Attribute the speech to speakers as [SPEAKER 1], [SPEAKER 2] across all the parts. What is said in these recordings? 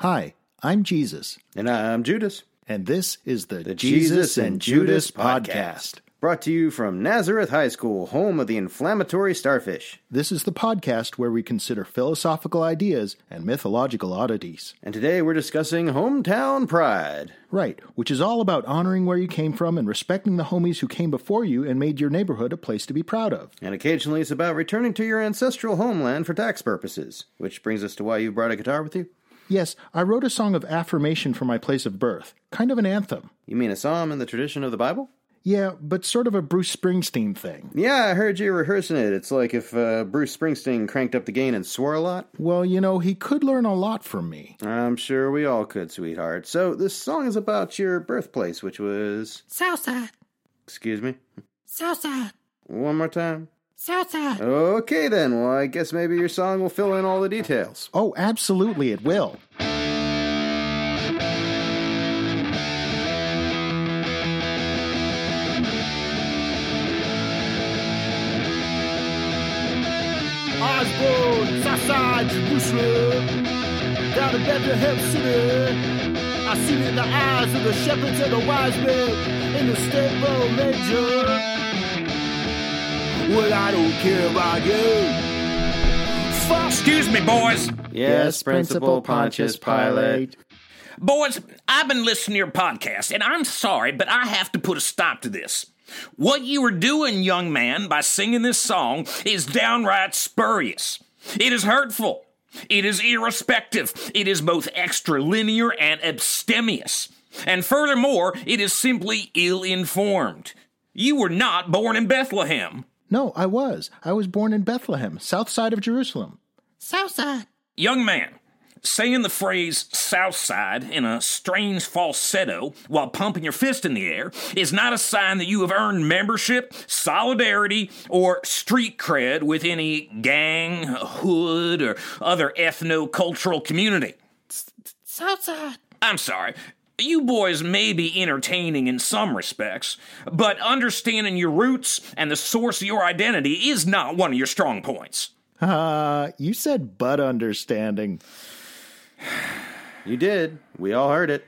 [SPEAKER 1] Hi, I'm Jesus,
[SPEAKER 2] And I'm Judas.
[SPEAKER 1] and this is the,
[SPEAKER 2] The
[SPEAKER 1] Jesus and Judas podcast.
[SPEAKER 2] Brought to you from Nazareth High School, home of the inflammatory starfish.
[SPEAKER 1] This is the podcast where we consider philosophical ideas and mythological oddities.
[SPEAKER 2] And today we're discussing hometown pride.
[SPEAKER 1] Right, which is all about honoring where you came from and respecting the homies who came before you and made your neighborhood a place to be proud of.
[SPEAKER 2] And occasionally it's about returning to your ancestral homeland for tax purposes. Which brings us to why you brought a guitar with you.
[SPEAKER 1] Yes, I wrote a song of affirmation for my place of birth, kind of an anthem.
[SPEAKER 2] You mean a psalm in the tradition of the Bible?
[SPEAKER 1] Yeah, but sort of a Bruce Springsteen thing.
[SPEAKER 2] Yeah, I heard you rehearsing it. It's like if uh, Bruce Springsteen cranked up the gain and swore a lot.
[SPEAKER 1] Well, you know, he could learn a lot from me.
[SPEAKER 2] I'm sure we all could, sweetheart. So this song is about your birthplace, which was.
[SPEAKER 3] Southside,
[SPEAKER 2] Excuse me?
[SPEAKER 3] Southside,
[SPEAKER 2] One more time.
[SPEAKER 3] Southside.
[SPEAKER 2] Okay, then. Well, I guess maybe your song will fill in all the details.
[SPEAKER 1] Oh, absolutely, it will.
[SPEAKER 4] Osborne, Southside, Jerusalem, down in Bethlehem City. I seen it in the eyes of the shepherds and the wise men in the stable manger. Well, I don't care about you. Fuck
[SPEAKER 5] Excuse me, boys.
[SPEAKER 2] Yes, Principal Pontius Pilate.
[SPEAKER 5] Boys, I've been listening to your podcast, and I'm sorry, but I have to put a stop to this. What you are doing, young man, by singing this song is downright spurious. It is hurtful. It is irrespective. It is both extralinear and abstemious. And furthermore, it is simply ill informed. You were not born in Bethlehem.
[SPEAKER 1] No, I was. I was born in Bethlehem, south side of Jerusalem.
[SPEAKER 3] Southside,
[SPEAKER 5] Young man, saying the phrase South Side in a strange falsetto while pumping your fist in the air is not a sign that you have earned membership, solidarity, or street cred with any gang, hood, or other ethno cultural community.
[SPEAKER 3] Southside,
[SPEAKER 5] I'm sorry. You boys may be entertaining in some respects, but understanding your roots and the source of your identity is not one of your strong points.
[SPEAKER 1] Uh, you said but understanding.
[SPEAKER 2] You did. We all heard it.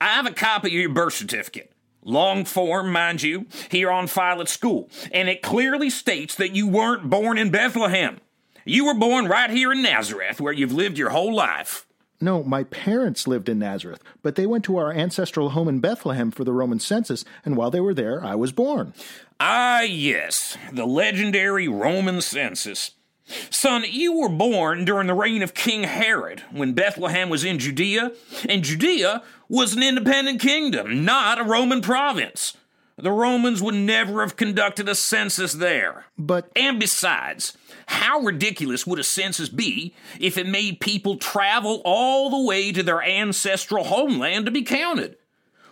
[SPEAKER 5] I have a copy of your birth certificate. Long form, mind you, here on file at school, and it clearly states that you weren't born in Bethlehem. You were born right here in Nazareth, where you've lived your whole life.
[SPEAKER 1] No, my parents lived in Nazareth, but they went to our ancestral home in Bethlehem for the Roman census, and while they were there, I was born.
[SPEAKER 5] Ah, yes, the legendary Roman census. Son, you were born during the reign of King Herod when Bethlehem was in Judea, and Judea was an independent kingdom, not a Roman province. The Romans would never have conducted a census there.
[SPEAKER 1] But
[SPEAKER 5] And besides, how ridiculous would a census be if it made people travel all the way to their ancestral homeland to be counted?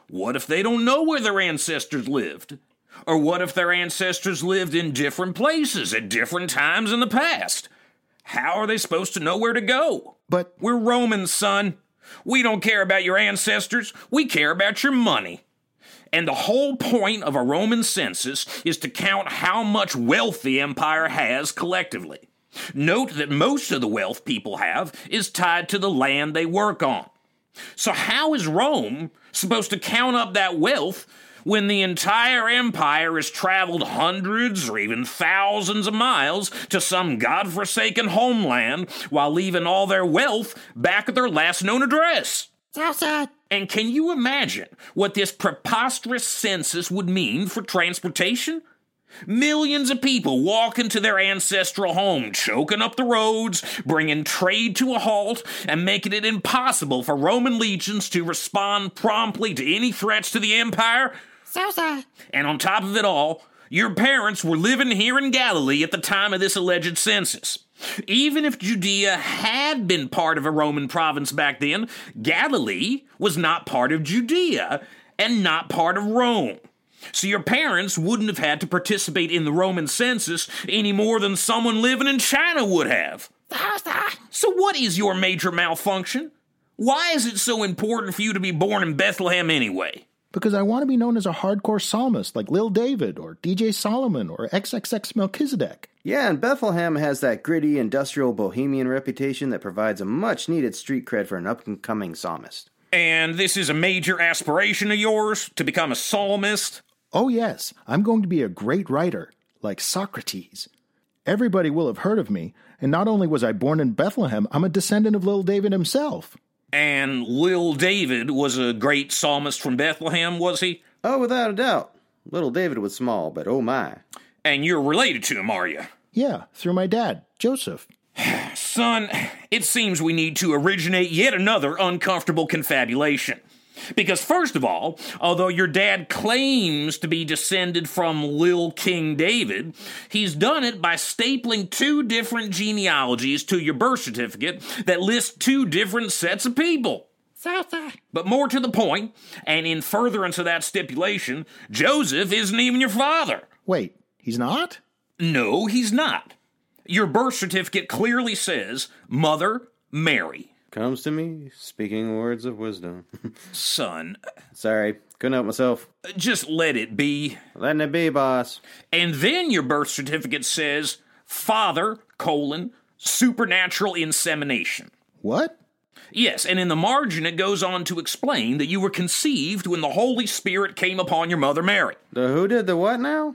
[SPEAKER 5] What if they don't know where their ancestors lived? Or what if their ancestors lived in different places at different times in the past? How are they supposed to know where to go?
[SPEAKER 1] but
[SPEAKER 5] We're Romans, son. We don't care about your ancestors, we care about your money. And the whole point of a Roman census is to count how much wealth the empire has collectively. Note that most of the wealth people have is tied to the land they work on. So, how is Rome supposed to count up that wealth when the entire empire has traveled hundreds or even thousands of miles to some godforsaken homeland while leaving all their wealth back at their last known address?
[SPEAKER 3] Southside,
[SPEAKER 5] And can you imagine what this preposterous census would mean for transportation? Millions of people walking to their ancestral home, choking up the roads, bringing trade to a halt, and making it impossible for Roman legions to respond promptly to any threats to the empire.
[SPEAKER 3] Southside,
[SPEAKER 5] And on top of it all, your parents were living here in Galilee at the time of this alleged census. Even if Judea had been part of a Roman province back then, Galilee was not part of Judea and not part of Rome. So your parents wouldn't have had to participate in the Roman census any more than someone living in China would have.
[SPEAKER 3] Southside,
[SPEAKER 5] So, what is your major malfunction? Why is it so important for you to be born in Bethlehem anyway?
[SPEAKER 1] because I want to be known as a hardcore psalmist like Lil David or DJ Solomon or XXX Melchizedek.
[SPEAKER 2] Yeah, and Bethlehem has that gritty, industrial, bohemian reputation that provides a much needed street cred for an up and coming psalmist.
[SPEAKER 5] And this is a major aspiration of yours to become a psalmist?
[SPEAKER 1] Oh, yes, I'm going to be a great writer, like Socrates. Everybody will have heard of me, and not only was I born in Bethlehem, I'm a descendant of Lil David himself.
[SPEAKER 5] And Lil David was a great psalmist from Bethlehem, was he?
[SPEAKER 2] Oh, without a doubt. Little David was small, but oh my.
[SPEAKER 5] And you're related to him, are you?
[SPEAKER 1] Yeah, through my dad, Joseph.
[SPEAKER 5] Son, it seems we need to originate yet another uncomfortable confabulation. Because, first of all, although your dad claims to be descended from Lil King David, he's done it by stapling two different genealogies to your birth certificate that list two different sets of people.
[SPEAKER 3] Salsa.
[SPEAKER 5] But more to the point, and in furtherance of that stipulation, Joseph isn't even your father.
[SPEAKER 1] Wait, he's not?
[SPEAKER 5] No, he's not. Your birth certificate clearly says Mother Mary.
[SPEAKER 2] Comes to me speaking words of wisdom.
[SPEAKER 5] Son,
[SPEAKER 2] Sorry, couldn't help myself.
[SPEAKER 5] just let it be.
[SPEAKER 2] Letting it be, boss.
[SPEAKER 5] And then your birth certificate says Father, colon, supernatural insemination.
[SPEAKER 1] What?
[SPEAKER 5] Yes, and in the margin it goes on to explain that you were conceived when the Holy Spirit came upon your mother Mary.
[SPEAKER 2] The who did the what now?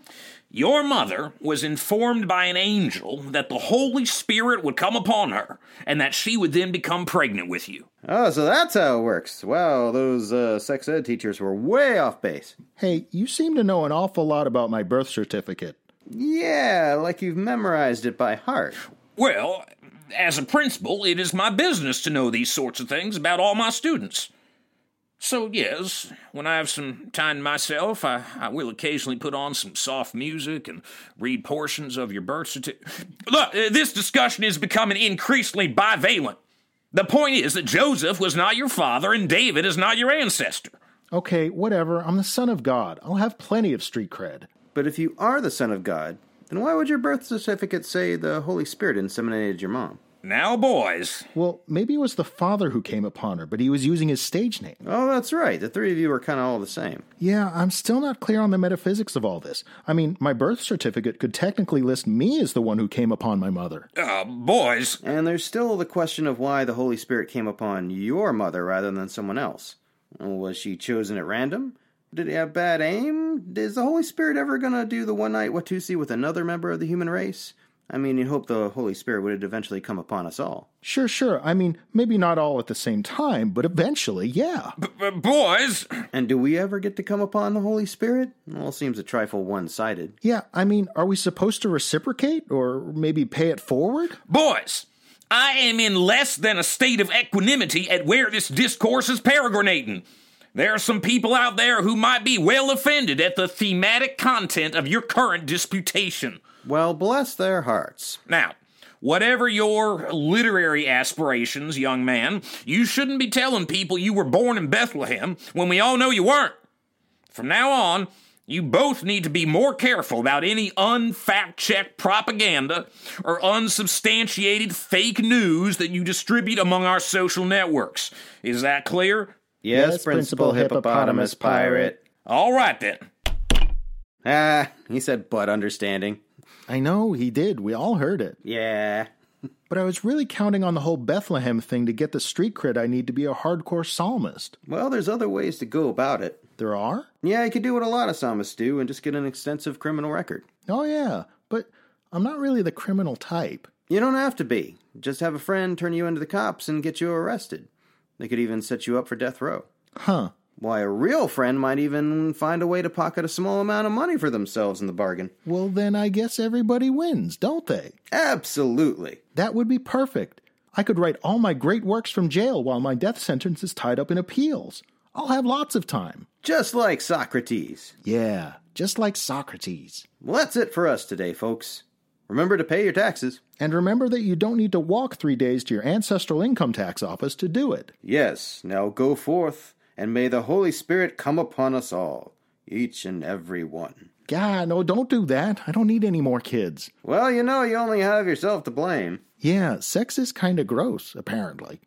[SPEAKER 5] Your mother was informed by an angel that the Holy Spirit would come upon her and that she would then become pregnant with you.
[SPEAKER 2] Oh, so that's how it works. Wow, those uh, sex ed teachers were way off base.
[SPEAKER 1] Hey, you seem to know an awful lot about my birth certificate.
[SPEAKER 2] Yeah, like you've memorized it by heart.
[SPEAKER 5] Well, as a principal, it is my business to know these sorts of things about all my students. So, yes, when I have some time to myself, I, I will occasionally put on some soft music and read portions of your birth certificate. Look, uh, this discussion is becoming increasingly bivalent. The point is that Joseph was not your father and David is not your ancestor.
[SPEAKER 1] Okay, whatever, I'm the son of God. I'll have plenty of street cred.
[SPEAKER 2] But if you are the Son of God, then why would your birth certificate say the Holy Spirit inseminated your mom?
[SPEAKER 5] Now, boys,
[SPEAKER 1] Well, maybe it was the father who came upon her, but he was using his stage name.
[SPEAKER 2] Oh, that's right. The three of you are kind of all the same.
[SPEAKER 1] Yeah, I'm still not clear on the metaphysics of all this. I mean, my birth certificate could technically list me as the one who came upon my mother.
[SPEAKER 5] uh, boys,
[SPEAKER 2] And there's still the question of why the Holy Spirit came upon your mother rather than someone else. Was she chosen at random? Did it have bad aim? Is the Holy Spirit ever going to do the one night Watusi with another member of the human race? I mean, you'd hope the Holy Spirit would eventually come upon us all.
[SPEAKER 1] Sure, sure. I mean, maybe not all at the same time, but eventually, yeah.
[SPEAKER 5] b- b- Uh, boys,
[SPEAKER 2] And do we ever get to come upon the Holy Spirit? All seems a trifle one sided.
[SPEAKER 1] Yeah, I mean, are we supposed to reciprocate or maybe pay it forward?
[SPEAKER 5] Boys, I am in less than a state of equanimity at where this discourse is peregrinating. There are some people out there who might be well offended at the thematic content of your current disputation.
[SPEAKER 2] Well, bless their hearts.
[SPEAKER 5] Now, whatever your literary aspirations, young man, you shouldn't be telling people you were born in Bethlehem when we all know you weren't. From now on, you both need to be more careful about any unfact checked propaganda or unsubstantiated fake news that you distribute among our social networks. Is that clear?
[SPEAKER 2] Yes,
[SPEAKER 1] Yes,
[SPEAKER 2] Principal
[SPEAKER 1] Principal
[SPEAKER 2] Hippopotamus
[SPEAKER 1] Hippopotamus
[SPEAKER 2] Pirate.
[SPEAKER 5] All right then.
[SPEAKER 2] Ah, he said, but understanding.
[SPEAKER 1] I know, he did. We all heard it.
[SPEAKER 2] Yeah.
[SPEAKER 1] But I was really counting on the whole Bethlehem thing to get the street cred I need to be a hardcore psalmist.
[SPEAKER 2] Well, there's other ways to go about it.
[SPEAKER 1] There are?
[SPEAKER 2] Yeah, you could do what a lot of psalmists do and just get an extensive criminal record.
[SPEAKER 1] Oh, yeah, but I'm not really the criminal type.
[SPEAKER 2] You don't have to be. Just have a friend turn you into the cops and get you arrested. They could even set you up for death row.
[SPEAKER 1] Huh.
[SPEAKER 2] Why, a real friend might even find a way to pocket a small amount of money for themselves in the bargain.
[SPEAKER 1] Well, then I guess everybody wins, don't they?
[SPEAKER 2] Absolutely.
[SPEAKER 1] That would be perfect. I could write all my great works from jail while my death sentence is tied up in appeals. I'll have lots of time.
[SPEAKER 2] Just like Socrates.
[SPEAKER 1] Yeah, just like Socrates.
[SPEAKER 2] Well, that's it for us today, folks. Remember to pay your taxes.
[SPEAKER 1] And remember that you don't need to walk three days to your ancestral income tax office to do it.
[SPEAKER 2] Yes, now go forth, and may the Holy Spirit come upon us all, each and every one.
[SPEAKER 1] God, no, don't do that. I don't need any more kids.
[SPEAKER 2] Well, you know, you only have yourself to blame.
[SPEAKER 1] Yeah, sex is kind of gross, apparently.